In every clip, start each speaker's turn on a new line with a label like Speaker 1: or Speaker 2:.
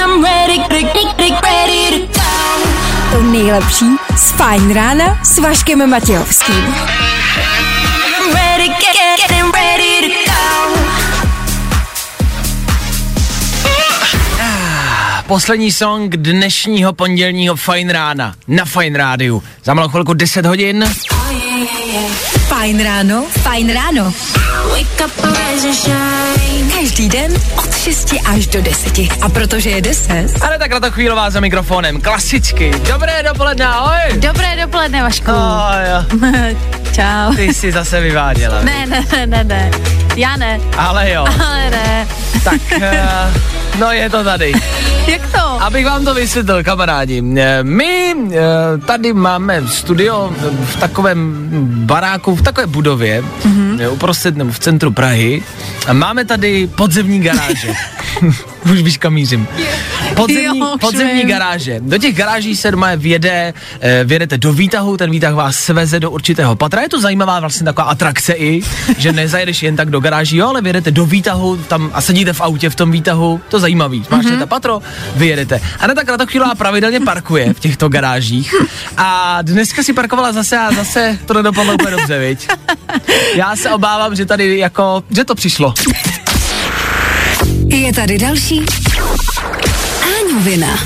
Speaker 1: I'm ready, ready, ready, ready to go.
Speaker 2: To nejlepší z Fajn rána s Vaškem Matějovským.
Speaker 1: I'm ready, get, get, getting ready to go.
Speaker 3: Poslední song dnešního pondělního Fine rána na Fine rádiu. Za malou chvilku 10 hodin.
Speaker 2: Fajn ráno, Fajn ráno.
Speaker 1: Wake up, rise and shine.
Speaker 2: Každý den od 6 až do 10. A protože je 10,
Speaker 3: Ale tak to chvílová za mikrofonem, klasicky. Dobré dopoledne, ahoj.
Speaker 4: Dobré dopoledne, Vašku.
Speaker 3: Oh, jo,
Speaker 4: Čau.
Speaker 3: ty jsi zase vyváděla.
Speaker 4: Ne, ne, ne, ne, ne. Já ne,
Speaker 3: Ale jo,
Speaker 4: ale ne.
Speaker 3: tak, eh, no je to tady.
Speaker 4: Jak to?
Speaker 3: Abych vám to vysvětlil, kamarádi. eh, My eh, tady máme studio v takovém baráku, v takové budově, mm-hmm. uprostřed nebo v centru Prahy. A máme tady podzemní garáže. Už víš, kam mířím. Podzemní,
Speaker 4: Jo, už
Speaker 3: podzemní
Speaker 4: vím.
Speaker 3: garáže. Do těch garáží se doma vjede, eh, vjedete do výtahu, ten výtah vás sveze do určitého patra. Je to zajímavá vlastně taková atrakce i, že nezajedeš jen tak do garáží, jo, ale vyjedete do výtahu tam a sedíte v autě v tom výtahu, to zajímavý. Máš mm-hmm. patro, vyjedete. A na tak Kratochvílová pravidelně parkuje v těchto garážích. A dneska si parkovala zase a zase to nedopadlo úplně dobře, viď? Já se obávám, že tady jako, že to přišlo.
Speaker 2: je tady další Áňovina.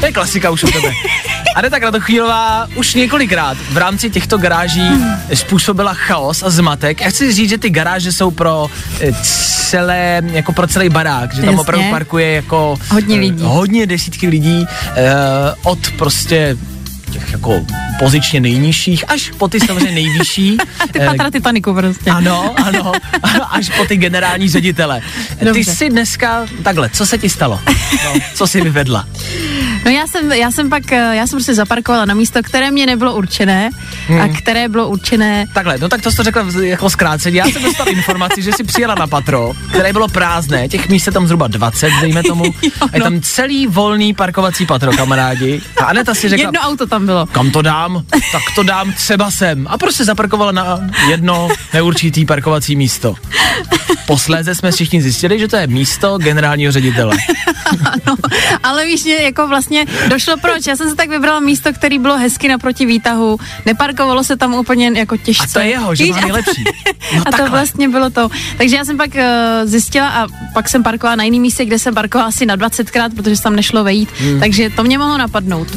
Speaker 3: To je klasika už u tebe. Aneta Kratochvílová už několikrát v rámci těchto garáží
Speaker 4: Hmm.
Speaker 3: způsobila chaos a zmatek. Já chci říct, že ty garáže jsou pro eh, celé, jako pro celý barák, že tam
Speaker 4: Jasně.
Speaker 3: opravdu parkuje jako
Speaker 4: Hodně
Speaker 3: eh,
Speaker 4: lidí.
Speaker 3: hodně desítky lidí eh, od prostě těch jako pozičně nejnižších až po ty samozřejmě nejvyšší.
Speaker 4: Ty
Speaker 3: eh,
Speaker 4: patra Titaniku prostě.
Speaker 3: ano, ano, až po ty generální ředitele. Ty
Speaker 4: Dobře.
Speaker 3: jsi dneska takhle, co se ti stalo? No, co jsi vyvedla?
Speaker 4: No já jsem, já jsem pak, eh, já jsem prostě zaparkovala na místo, které mě nebylo určené
Speaker 3: Hmm.
Speaker 4: a které bylo určené
Speaker 3: Takhle, no tak to jsi to řekla vz- jako zkráceně. Já jsem dostal informaci, že si přijela na patro, které bylo prázdné, těch míst je tam zhruba 20, dejme tomu. A
Speaker 4: no.
Speaker 3: je tam celý volný parkovací patro, kamarádi. A Aneta si řekla,
Speaker 4: Jedno auto tam bylo.
Speaker 3: kam to dám? Tak to dám třeba sem. A prostě zaparkovala na jedno neurčitý parkovací místo. Posléze jsme všichni zjistili, že to je místo generálního ředitele.
Speaker 4: Ale víš, mě jako vlastně došlo proč. Já jsem se tak vybrala místo, které bylo hezky naproti výtahu. Neparkovalo se tam úplně jako těžce.
Speaker 3: A to je jeho, že
Speaker 4: Víš,
Speaker 3: má
Speaker 4: a-
Speaker 3: nejlepší. No
Speaker 4: a to
Speaker 3: takhle.
Speaker 4: vlastně bylo to. Takže já jsem pak uh, zjistila a pak jsem parkovala na jiném místě, kde jsem parkovala asi na 20krát, protože se tam nešlo vejít. Hmm. Takže to mě mohlo napadnout.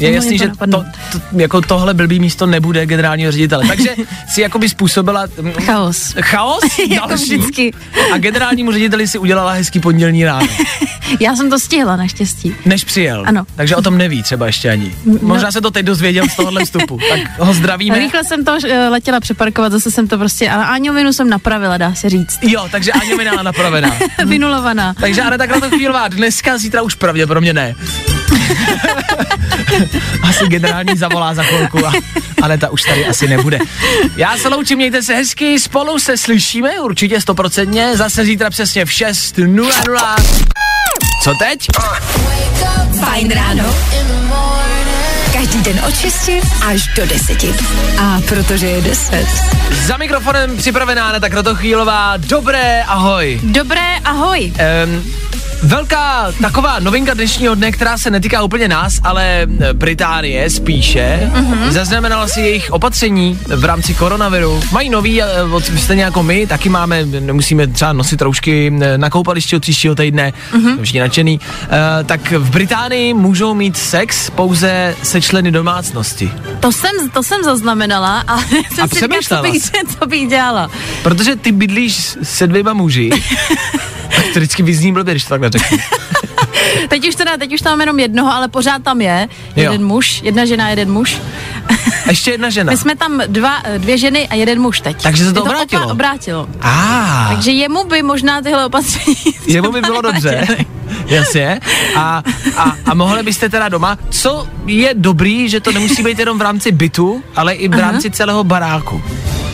Speaker 3: Je
Speaker 4: Mohlo
Speaker 3: jasný,
Speaker 4: mě to
Speaker 3: že to,
Speaker 4: napadnout.
Speaker 3: to, jako tohle blbý místo nebude generálního ředitele. Takže si jakoby způsobila mm,
Speaker 4: Chaos.
Speaker 3: chaos
Speaker 4: jako
Speaker 3: další.
Speaker 4: vždycky.
Speaker 3: A generálnímu řediteli si udělala hezký pondělní ráno,
Speaker 4: Já jsem to stihla naštěstí.
Speaker 3: než přijel.
Speaker 4: Ano. No.
Speaker 3: Takže o tom neví třeba ještě ani. Možná se to teď dozvěděl z tohohle vstupu. Tak ho zdravíme.
Speaker 4: Rychle jsem to eh, letěla přeparkovat, zase jsem to prostě, ale Áňovinu jsem napravila, dá se říct.
Speaker 3: Jo, takže Aně Minála napravená.
Speaker 4: Vynulovaná.
Speaker 3: Takže Aneta Kratochvílová dneska, zítra už pravděpodobně ne. asi generální zavolá za chvilku a Aneta už tady asi nebude. Já se loučím, mějte se hezky, spolu se slyšíme určitě stoprocentně, zase zítra přesně v 6.00. Co teď?
Speaker 2: Fajn ráno. Každý den od 6 až do 10. A protože je 10,
Speaker 3: Za mikrofonem připravená Aneta Kratochvílová, dobré, ahoj.
Speaker 4: Dobré, ahoj.
Speaker 3: Um, velká taková novinka dnešního dne, která se netýká úplně nás, ale eh, Británie spíše. Mm-hmm. Zaznamenala si jejich opatření v rámci koronaviru. Mají nový, eh, od- stejně jako my, taky máme, nemusíme třeba nosit roušky eh, na koupališti od příštího týdne, mm-hmm. všichni nadšený. Uh, tak v Británii můžou mít sex pouze se členy domácnosti.
Speaker 4: To jsem, to jsem zaznamenala a jsem si
Speaker 3: přemýšlela
Speaker 4: říkala, co bych, co bych dělala.
Speaker 3: Protože ty bydlíš se dvěma muži, tak to vždycky vyzní blbě, když to takhle řeknu.
Speaker 4: teď už teda, teď už tam mám jenom jednoho, ale pořád tam je.
Speaker 3: Jo.
Speaker 4: Jeden muž, jedna žena, jeden muž.
Speaker 3: Ještě jedna žena.
Speaker 4: My jsme tam dva, dvě ženy a jeden muž teď.
Speaker 3: Takže se to
Speaker 4: Je
Speaker 3: obrátilo.
Speaker 4: opa- obrátilo.
Speaker 3: A,
Speaker 4: Takže jemu by možná tyhle opatření...
Speaker 3: jemu
Speaker 4: třeba
Speaker 3: by bylo dobře.
Speaker 4: nevadily.
Speaker 3: Jasně. A, a, a mohli byste teda doma, co je dobrý, že to nemusí být jenom v rámci bytu, ale i v rámci celého baráku.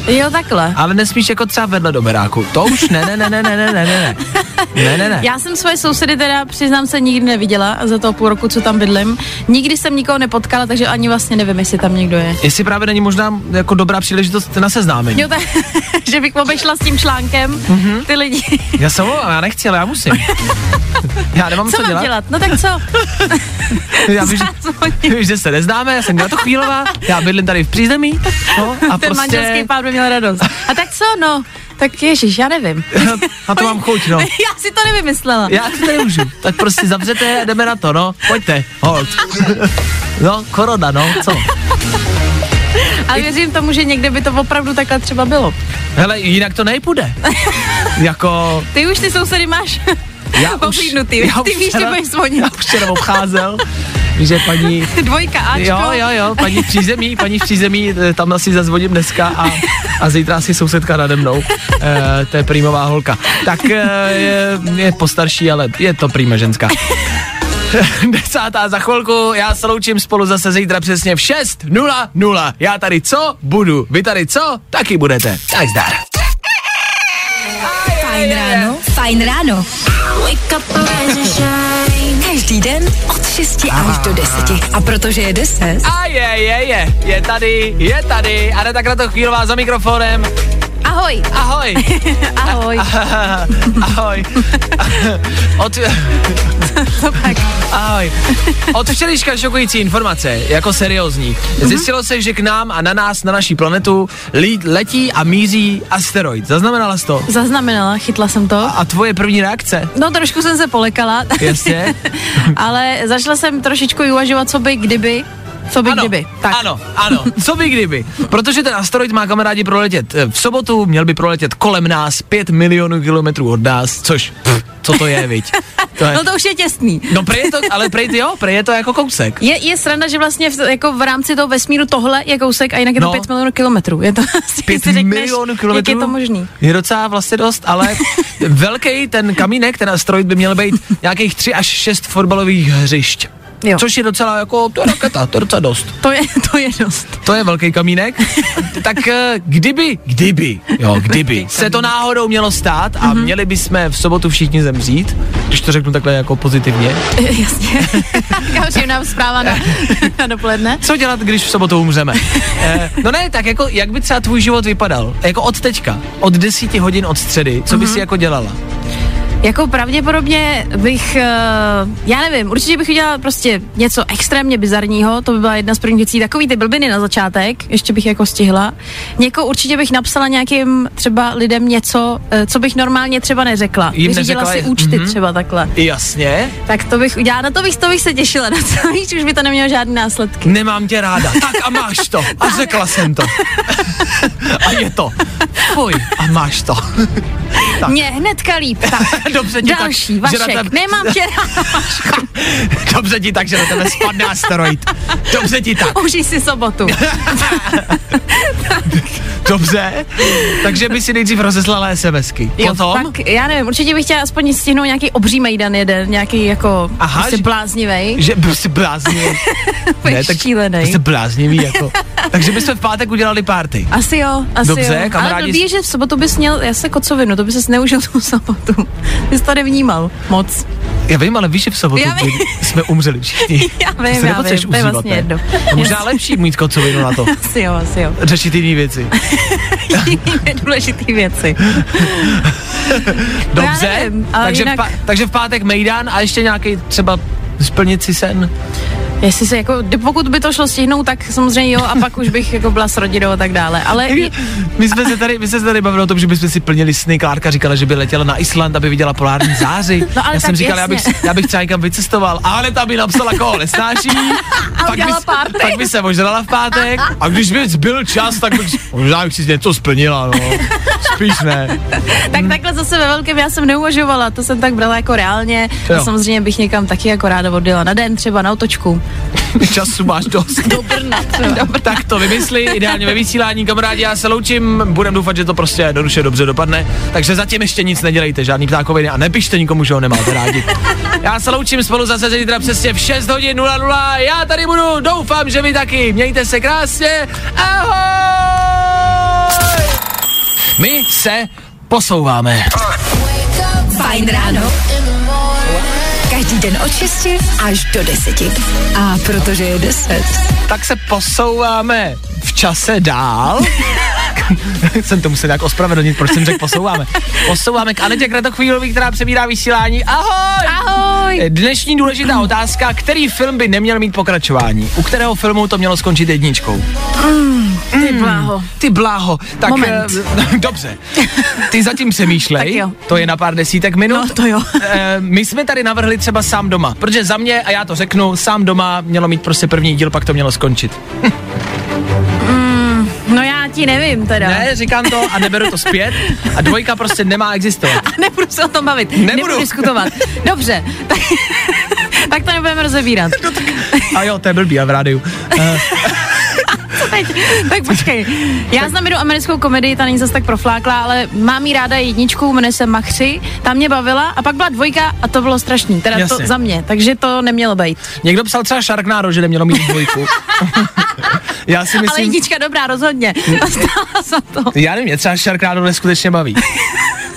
Speaker 4: Jo, takhle.
Speaker 3: Ale nesmíš jako třeba vedle do baráku. To už ne, ne, ne, ne, ne, ne, ne, ne. Ne, ne, ne.
Speaker 4: Já jsem svoje sousedy teda, přiznám se, nikdy neviděla za toho půl roku, co tam bydlím. Nikdy jsem nikoho nepotkala, takže ani vlastně nevím, jestli tam někdo je.
Speaker 3: Jestli právě není možná jako dobrá příležitost na seznámení.
Speaker 4: Jo, tak, že bych obešla s tím článkem
Speaker 3: Mhm.
Speaker 4: mm-hmm. ty lidi.
Speaker 3: Já se omlouvám, já nechci, ale já musím. Já nemám co,
Speaker 4: Co, mám dělat?
Speaker 3: dělat.
Speaker 4: No tak co?
Speaker 3: Já vím, že,
Speaker 4: Zázvoní.
Speaker 3: víš, že se neznáme, já jsem na to chvílová, já bydlím tady v přízemí. No, a
Speaker 4: Ten manželský
Speaker 3: prostě...
Speaker 4: pár by měl radost. A tak co, no? Tak ježiš, já nevím.
Speaker 3: Na to mám chuť, no.
Speaker 4: Já si to nevymyslela.
Speaker 3: Já to nemůžu. Tak prostě zavřete a jdeme na to, no. Pojďte, hold. No, korona, no, co?
Speaker 4: A věřím tomu, že někde by to opravdu takhle třeba bylo.
Speaker 3: Hele, jinak to nejpůjde. Jako,
Speaker 4: Ty už ty sousedy máš
Speaker 3: já už...
Speaker 4: pohlídnutý.
Speaker 3: já
Speaker 4: Ty
Speaker 3: už
Speaker 4: víš, že
Speaker 3: včera-
Speaker 4: budeš zvonit.
Speaker 3: Já už včera obcházel, že paní
Speaker 4: Dvojka, Ačko.
Speaker 3: Jo, jo, jo, paní v přízemí, paní v přízemí, eh, tam asi zazvoním dneska a, a zítra asi sousedka nade mnou, e, to je prýmová holka. Tak e, je, je postarší, ale je to prýma ženská. Desátá za chvilku, já se loučím spolu zase zítra přesně v 6.00. Já tady co? Budu. Vy tady co? Taky budete. Tak zdar.
Speaker 2: Fajn ráno, fajn ráno.
Speaker 1: Wake up, rise and shine.
Speaker 2: Každý den od 6 až do 10. A protože je 10,
Speaker 3: A je, je, je, je tady, je tady. A tak na to chvílová za mikrofonem.
Speaker 4: Ahoj.
Speaker 3: Ahoj.
Speaker 4: Ahoj.
Speaker 3: Ahoj. Od... Ahoj. Od včerejška šokující informace, jako seriózní.
Speaker 4: Mhm.
Speaker 3: Zjistilo se, že k nám a na nás, na naší planetu, lí- letí a míří asteroid. Zaznamenala jsi to?
Speaker 4: Zaznamenala, chytla jsem to.
Speaker 3: A, a tvoje první reakce?
Speaker 4: No trošku jsem se polekala,
Speaker 3: Jasně.
Speaker 4: ale zašla jsem trošičku i uvažovat, co by kdyby. Co by
Speaker 3: Ano,
Speaker 4: kdyby. Tak.
Speaker 3: ano, ano, co by kdyby. Protože ten asteroid má kamarádi proletět eh, v sobotu, měl by proletět kolem nás 5 milionů kilometrů od nás, což, pff, co to je, viď? To je,
Speaker 4: No to už je těsný.
Speaker 3: no prej je to, ale prej jo, prej je to jako kousek.
Speaker 4: Je, je sranda, že vlastně v, jako v rámci toho vesmíru tohle je kousek a jinak je to
Speaker 3: No.
Speaker 4: no. 5 milionů kilometrů. Je to si
Speaker 3: Pět
Speaker 4: řekneš,
Speaker 3: milionů kilometrů?
Speaker 4: Jak je to možný?
Speaker 3: Je docela vlastně dost, ale velký ten kamínek, ten asteroid by měl být nějakých 3 až 6 fotbalových hřišť.
Speaker 4: Jo.
Speaker 3: Což je docela jako, to je raketa, to je docela dost.
Speaker 4: To je, to je dost.
Speaker 3: To je velký kamínek. tak eh, kdyby, kdyby, jo, kdyby se to náhodou mělo stát a
Speaker 4: Mhm.
Speaker 3: měli bychom v sobotu všichni zemřít, když to řeknu takhle jako pozitivně,
Speaker 4: Jasně. Každý nám zpráva na, na dopoledne.
Speaker 3: co dělat, když v sobotu umřeme? eh, no ne, tak jako, jak by třeba tvůj život vypadal? Jako od teďka, od 10 hodin od středy, co by
Speaker 4: Mhm.
Speaker 3: si jako dělala?
Speaker 4: Jako pravděpodobně bych, eh, já nevím, určitě bych udělala prostě něco extrémně bizarního, to by byla jedna z prvních věcí, takový ty blbiny na začátek, ještě bych jako stihla. Někoho určitě bych napsala nějakým třeba lidem něco, eh, co bych normálně třeba neřekla.
Speaker 3: Jim
Speaker 4: Vyřídila
Speaker 3: neřekla,
Speaker 4: si
Speaker 3: je-
Speaker 4: účty
Speaker 3: mhm.
Speaker 4: třeba takhle.
Speaker 3: Jasně,
Speaker 4: Tak to bych udělala, na to bych, to bych se těšila, na to víš, už by to nemělo žádný následky.
Speaker 3: nemám tě ráda, tak a máš to. A řekla jsem to. A je to. Fuj, a máš to.
Speaker 4: Tak. Mě hnedka líp, tak.
Speaker 3: Dobře ti
Speaker 4: Další,
Speaker 3: tak, že na
Speaker 4: Vašek,
Speaker 3: tebe-
Speaker 4: nemám tě rád,
Speaker 3: Dobře ti tak, že na tebe spadne asteroid. Dobře ti tak,
Speaker 4: užij si sobotu.
Speaker 3: dobře. Takže by si nejdřív rozeslala SMSky. Potom?
Speaker 4: tak já nevím, určitě bych chtěla aspoň stihnout nějaký obří mejdan jeden, nějaký jako
Speaker 3: Aha,
Speaker 4: Aha, prostě
Speaker 3: že-
Speaker 4: bláznivej,
Speaker 3: Že byl jsi bláznivý.
Speaker 4: šílenej.
Speaker 3: jsi bláznivý jako. Takže bychom v pátek udělali party.
Speaker 4: Asi jo, asi
Speaker 3: Dobře,
Speaker 4: jo.
Speaker 3: kamarádi-
Speaker 4: Ale blbý je, že v sobotu bys měl jase kocovinu, to by ses neužil tu sobotu. Bys to nevnímal moc.
Speaker 3: Já vím, ale víš, že v sobotu
Speaker 4: Já vím.
Speaker 3: kdy jsme umřeli všichni.
Speaker 4: Já
Speaker 3: Ty
Speaker 4: vím,
Speaker 3: se
Speaker 4: já
Speaker 3: nepotřebuješ
Speaker 4: vím, to je
Speaker 3: užívat,
Speaker 4: vlastně
Speaker 3: ne?
Speaker 4: jedno.
Speaker 3: Možná lepší mít kocovinu na to.
Speaker 4: Asi jo, asi jo.
Speaker 3: Řešit jiné věci.
Speaker 4: Důležitý věci. já
Speaker 3: Dobře,
Speaker 4: nevím, ale
Speaker 3: takže,
Speaker 4: jinak-
Speaker 3: v pa- takže v pátek Mejdan a ještě nějaký třeba splnit si sen.
Speaker 4: Jestli se jako, pokud by to šlo stihnout, tak samozřejmě jo, a pak už bych jako byla s rodinou a tak dále. Ale i-
Speaker 3: My jsme se tady, my jsme se tady bavili o tom, že bychom si plnili sny. Klárka říkala, že by letěla na Island, aby viděla polární záři.
Speaker 4: No ale
Speaker 3: já jsem
Speaker 4: tak
Speaker 3: říkal, já bych,
Speaker 4: jasně.
Speaker 3: já bych třeba někam vycestoval, ale ta by napsala, koho nesnáší. pak, by,
Speaker 4: udělala
Speaker 3: s-
Speaker 4: party.
Speaker 3: pak by se možrala v pátek. A když by byl čas, tak bych, možná bych si něco splnila, no. Spíš ne.
Speaker 4: tak takhle zase ve velkém já jsem neuvažovala, to jsem tak brala jako reálně.
Speaker 3: Jo.
Speaker 4: A samozřejmě bych někam taky jako ráda odjela na den, třeba na otočku.
Speaker 3: Času máš dost.
Speaker 4: Do Brna třeba.
Speaker 3: Tak to vymysli, ideálně ve vysílání, kamarádi, já se loučím, budem doufat, že to prostě jednoduše dobře dopadne, takže zatím ještě nic nedělejte, žádný ptákoviny a nepište nikomu, že ho nemáte rádi. Já se loučím spolu zase zítra přesně v 6 hodin 00, já tady budu, doufám, že vy taky, mějte se krásně, ahoj! My se posouváme.
Speaker 2: Fajn ráno. Každý den od 6 až do 10. A protože je 10.
Speaker 3: tak se posouváme v čase dál. jsem to musel nějak ospravedlnit, proč jsem řekl posouváme. Posouváme k Anetě Kratochvílový, která přebírá vysílání. Ahoj!
Speaker 4: Ahoj!
Speaker 3: Dnešní důležitá otázka, který film by neměl mít pokračování? U kterého filmu to mělo skončit jedničkou?
Speaker 4: Ty bláho.
Speaker 3: Ty bláho, tak
Speaker 4: Moment.
Speaker 3: eh, dobře. Ty zatím přemýšlej,
Speaker 4: Tak jo.
Speaker 3: to je na pár desítek minut.
Speaker 4: No, to jo.
Speaker 3: Eh, My jsme tady navrhli třeba sám doma, protože za mě, a já to řeknu, sám doma mělo mít prostě první díl, pak to mělo skončit.
Speaker 4: No já ti nevím teda.
Speaker 3: Ne, říkám to a neberu to zpět. A dvojka prostě nemá existovat.
Speaker 4: Nebudu se o tom bavit. Nebudu diskutovat. Dobře. Tak, tak to nebudeme rozebírat.
Speaker 3: A jo, to je blbý, a v rádiu. Eh,
Speaker 4: teď. Tak počkej. Já znám jednu americkou komedii, ta není zase tak profláklá, ale mám ji ráda jedničku, jmenuje se Machři, ta mě bavila a pak byla dvojka a to bylo strašný, teda
Speaker 3: Jasně.
Speaker 4: to za mě, takže to nemělo být.
Speaker 3: Někdo psal třeba Sharknado, že nemělo mít dvojku. Já si
Speaker 4: Ale
Speaker 3: myslím,
Speaker 4: jednička dobrá, rozhodně. Ta stála za to.
Speaker 3: já nevím, mě třeba Sharknado neskutečně baví.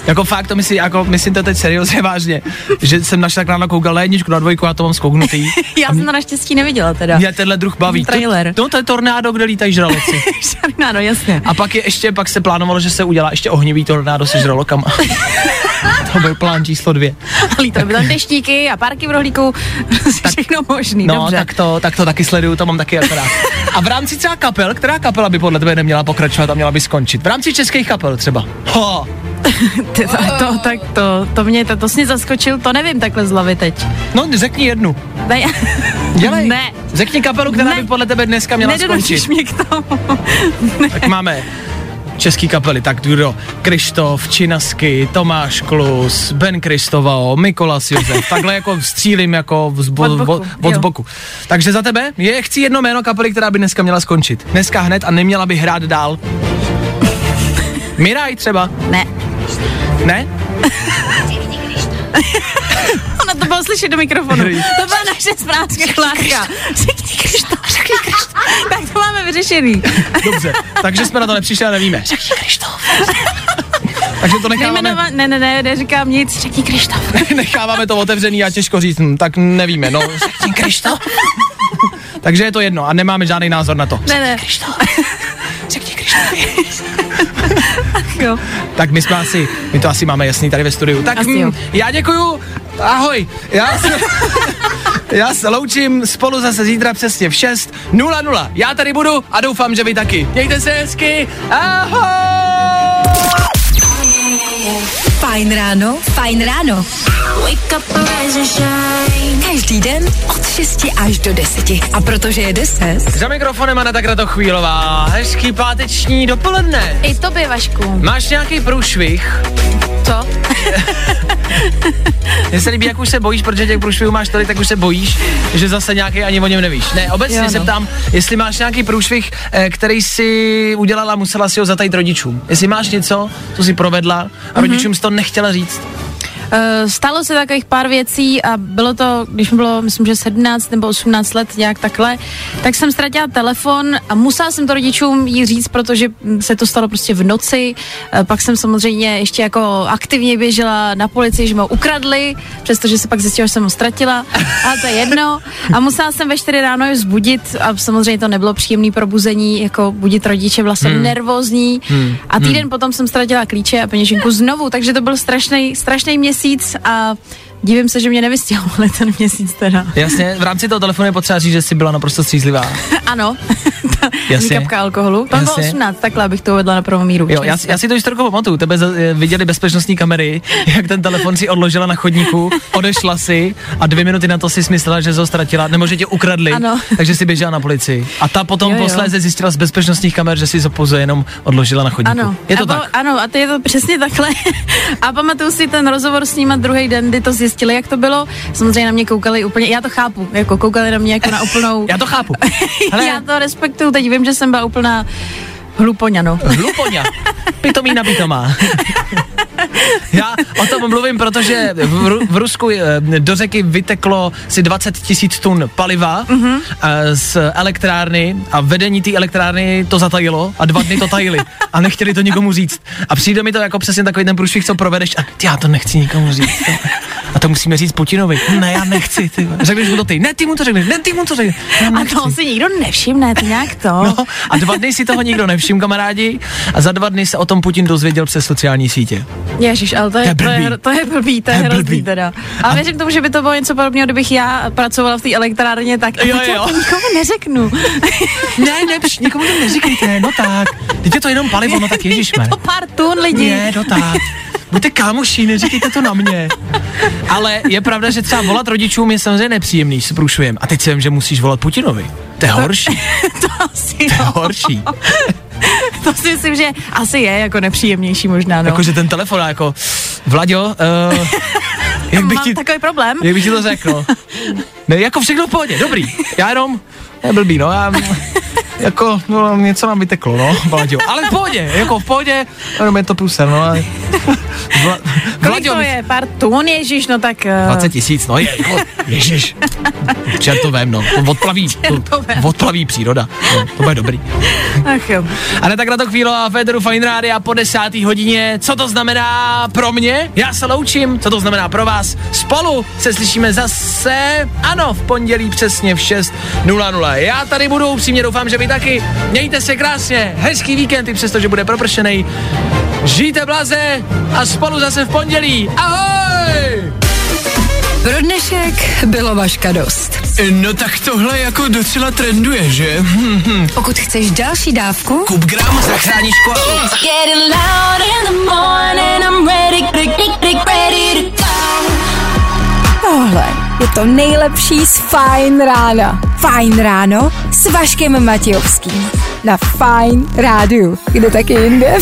Speaker 3: Jako fakt, to myslím, jako, myslím to teď seriózně vážně, že jsem na Sharknado koukal na jedničku, na dvojku a to mám skouknutý.
Speaker 4: Já jsem to naštěstí neviděla teda.
Speaker 3: Mě tenhle druh baví.
Speaker 4: Trailer.
Speaker 3: To, no, to je tornádo, kde lítají žraloci.
Speaker 4: Žádná, no jasně.
Speaker 3: A pak je ještě, pak se plánovalo, že se udělá ještě ohnivý tornádo se žralokama. to byl plán číslo dvě.
Speaker 4: A lítaly by tam deštíky a párky v rohlíku, všechno možný,
Speaker 3: No,
Speaker 4: dobře.
Speaker 3: tak to, tak to taky sleduju, to mám taky jako rád. A v rámci třeba kapel, která kapela by podle tebe neměla pokračovat a měla by skončit? V rámci českých kapel třeba. Ho,
Speaker 4: Ty, to, to, tak to, to mě, to, to jsi mě zaskočil, to nevím takhle z hlavy teď.
Speaker 3: no řekni jednu.
Speaker 4: Ne,
Speaker 3: Dělej.
Speaker 4: Ne,
Speaker 3: Řekni kapelu, která
Speaker 4: Ne.
Speaker 3: by podle tebe dneska měla
Speaker 4: nedonutíš
Speaker 3: skončit.
Speaker 4: mě k tomu.
Speaker 3: Tak máme český kapely, tak kdo? Krištof, Činasky, Tomáš Klus, Ben Kristovao, Mikolas Josef. Takhle jako střílím jako z bo,
Speaker 4: Od boku,
Speaker 3: od, od
Speaker 4: jo.
Speaker 3: boku. Takže za tebe je, chci jedno jméno kapely, která by dneska měla skončit. Dneska hned a neměla by hrát dál. Miraj třeba.
Speaker 4: Ne,
Speaker 3: Ne?
Speaker 4: Ona to bylo slyšet do mikrofonu.
Speaker 3: Hry.
Speaker 4: To byla naše správná klárka. Řekni Krištof, řekni Krištof. Tak to máme vyřešený.
Speaker 3: Dobře, takže jsme na to nepřišli a nevíme. Řekni Krištof. takže to necháváme,
Speaker 4: Nejmenova... Ne, ne, ne, neříkám nic. Řekni Krištof.
Speaker 3: necháváme to otevřený a těžko říct, hm, tak nevíme, no. Řekni Krištof. takže je to jedno a nemáme žádný názor na to.
Speaker 4: Ne, ne.
Speaker 3: Řekni Krištof.
Speaker 4: Jo.
Speaker 3: Tak my jsme asi, my to asi máme jasný tady ve studiu. Tak
Speaker 4: Asi
Speaker 3: mm,
Speaker 4: jo.
Speaker 3: já děkuju, ahoj. Já se, já se loučím spolu zase zítra přesně v 6.00. Já tady budu a doufám, že vy taky. Mějte se hezky, ahoj.
Speaker 2: Fajn ráno. Fajn ráno.
Speaker 1: Wake up and rise and shine.
Speaker 2: Každý den od 6 až do 10. A protože je 10.
Speaker 3: Za mikrofonem Aneta Kratochvílová. Hezký páteční dopoledne.
Speaker 4: I tobě, Vašku.
Speaker 3: Máš nějaký průšvih?
Speaker 4: Co?
Speaker 3: Mně se líbí, jak už se bojíš, protože těch průšvihů máš tolik, tak už se bojíš, že zase nějaký ani o něm nevíš. Ne, obecně
Speaker 4: Jo,
Speaker 3: jo,
Speaker 4: no.
Speaker 3: se ptám, jestli máš nějaký průšvih, eh, který si udělala, musela si ho zatajit rodičům. Jestli máš něco, co si provedla a
Speaker 4: Mhm.
Speaker 3: rodičům jsi to nechtěla říct.
Speaker 4: Eh, Stalo se takových pár věcí a bylo to, když mi bylo, myslím, že 17 nebo 18 let, nějak takhle, tak jsem ztratila telefon a musela jsem to rodičům jí říct, protože mm, se to stalo prostě v noci. Eh, Pak jsem samozřejmě ještě jako aktivně běžela na policii, že mi ho ukradli, přestože se pak zjistila, že jsem ho ztratila, ale to je jedno. A musela jsem ve 4 ráno je vzbudit a samozřejmě to nebylo příjemné probuzení, jako budit rodiče, byla
Speaker 3: Hmm.
Speaker 4: jsem nervózní a týden potom jsem ztratila klíče a peněženku znovu, takže to byl strašný, strašný měsíc a Dívím se, že mě nevystěhovali ten měsíc teda.
Speaker 3: Jasně, v rámci toho telefonu je potřeba říct, že jsi byla naprosto střízlivá.
Speaker 4: ano,
Speaker 3: Jasně.
Speaker 4: Jasně. kapka alkoholu. To bylo
Speaker 3: Jasně.
Speaker 4: 18, takhle abych to uvedla na prvou míru.
Speaker 3: Jo, já, já si to historiku pamatuju, tebe za- eh, viděli bezpečnostní kamery, jak ten telefon si odložila na chodníku, odešla si a dvě minuty na to si myslela, že jsi ho ztratila, nebo že tě ukradli,
Speaker 4: Ano.
Speaker 3: takže si běžela na policii. A ta potom
Speaker 4: Jo, jo.
Speaker 3: posléze zjistila z bezpečnostních kamer, že si ho pouze jenom odložila na chodníku.
Speaker 4: Ano,
Speaker 3: Je to
Speaker 4: a bylo-
Speaker 3: tak.
Speaker 4: Ano, a to je to přesně takhle. a pamatuju si ten rozhovor s nima druhý den, kdy to zjistili, jak to bylo. Samozřejmě na mě koukali úplně, já to chápu, jako koukali na mě jako na úplnou.
Speaker 3: Já to chápu. Hele,
Speaker 4: já to respektuju, teď vím, že jsem byla úplná hlupoňa, no.
Speaker 3: Hlupoňa. Pitomí na pitomá. Já o tom mluvím, protože v, Ru- v Rusku eh, do řeky vyteklo si 20 tisíc tun paliva mm-hmm. z elektrárny a vedení té elektrárny to zatajilo a dva dny to tajili a nechtěli to nikomu říct. A přijde mi to jako přesně takový ten průšvih, co provedeš a ty, já to nechci nikomu říct. A to musíme říct Putinovi. Ne, já nechci. Ty. vole. Řekneš mu to ty. Ne, ty mu to řekneš. Ne, ty mu to řekneš. Já
Speaker 4: A
Speaker 3: nechci.
Speaker 4: to si nikdo nevšimne, to nějak to. No.
Speaker 3: No, a dva dny si toho nikdo nevšiml, kamarádi, a za dva dny se o tom Putin dozvěděl přes sociální sítě.
Speaker 4: Ježíš, ale to je,
Speaker 3: To
Speaker 4: to
Speaker 3: je
Speaker 4: je,
Speaker 3: blbý.
Speaker 4: hro- to je blbý, to je,
Speaker 3: To je blbý.
Speaker 4: hrozný teda. A věřím tomu, že by to bylo něco podobného, kdybych já pracovala v té elektrárně, tak
Speaker 3: Jo,
Speaker 4: teď
Speaker 3: jo.
Speaker 4: já to nikomu neřeknu.
Speaker 3: Ne, ne, pš, nikomu to neříkejte, no tak. Teď je to jenom palivo, no tak ježišme.
Speaker 4: Je to pár tun lidí.
Speaker 3: Ne, no tak. Buďte kámoši, neříkejte to na mě. Ale je pravda, že třeba volat rodičům je samozřejmě nepříjemný s průšujem. A teď si vím, že musíš volat Putinovi. To je horší,
Speaker 4: To asi,
Speaker 3: to je
Speaker 4: jo.
Speaker 3: horší.
Speaker 4: to si myslím, že asi je jako nepříjemnější možná, no.
Speaker 3: Jakože ten telefon, jako, Vlaďo, uh, jak bych
Speaker 4: Mám
Speaker 3: ti...
Speaker 4: takový problém.
Speaker 3: Jak bych ti to řekl? Ne, jako všechno v pohodě, dobrý. Já jenom, je blbý, no, já, jako, no, něco nám vyteklo, no, Vlaďo. Ale v pohodě, jako v pohodě, jenom je to průser, no, ale... Vla,
Speaker 4: Kolik to je? Pár tun, ježíš, no tak... eh,
Speaker 3: 20 tisíc, no, je, no, ježiš. Čertovém, no, to odplaví, to,
Speaker 4: Čertovém.
Speaker 3: odplaví příroda, no, to bude dobrý.
Speaker 4: eh, Ach jo.
Speaker 3: Ale tak na to chvíli a Federu Fine Rádia po desátý hodině. Co to znamená pro mě? Já se loučím. Co to znamená pro vás? Spolu se slyšíme zase, ano, v pondělí přesně v 6.00. Já tady budu, upřímně doufám, že vy taky. Mějte se krásně, hezký víkend, i přesto, že bude propršený. Žijte blaze a spolu zase v pondělí. Ahoj!
Speaker 2: Pro dnešek bylo vaška dost.
Speaker 5: No tak tohle jako docela trenduje, že?
Speaker 2: Pokud chceš další dávku,
Speaker 5: Kup gram, zachrání školu.
Speaker 1: It's getting loud in the morning. I'm ready, ready, ready, ready to go.
Speaker 2: tohle je to nejlepší z Fajn rána. Fajn ráno s Vaškem Matějovským. Na Fajn rádiu. Kde taky jinde?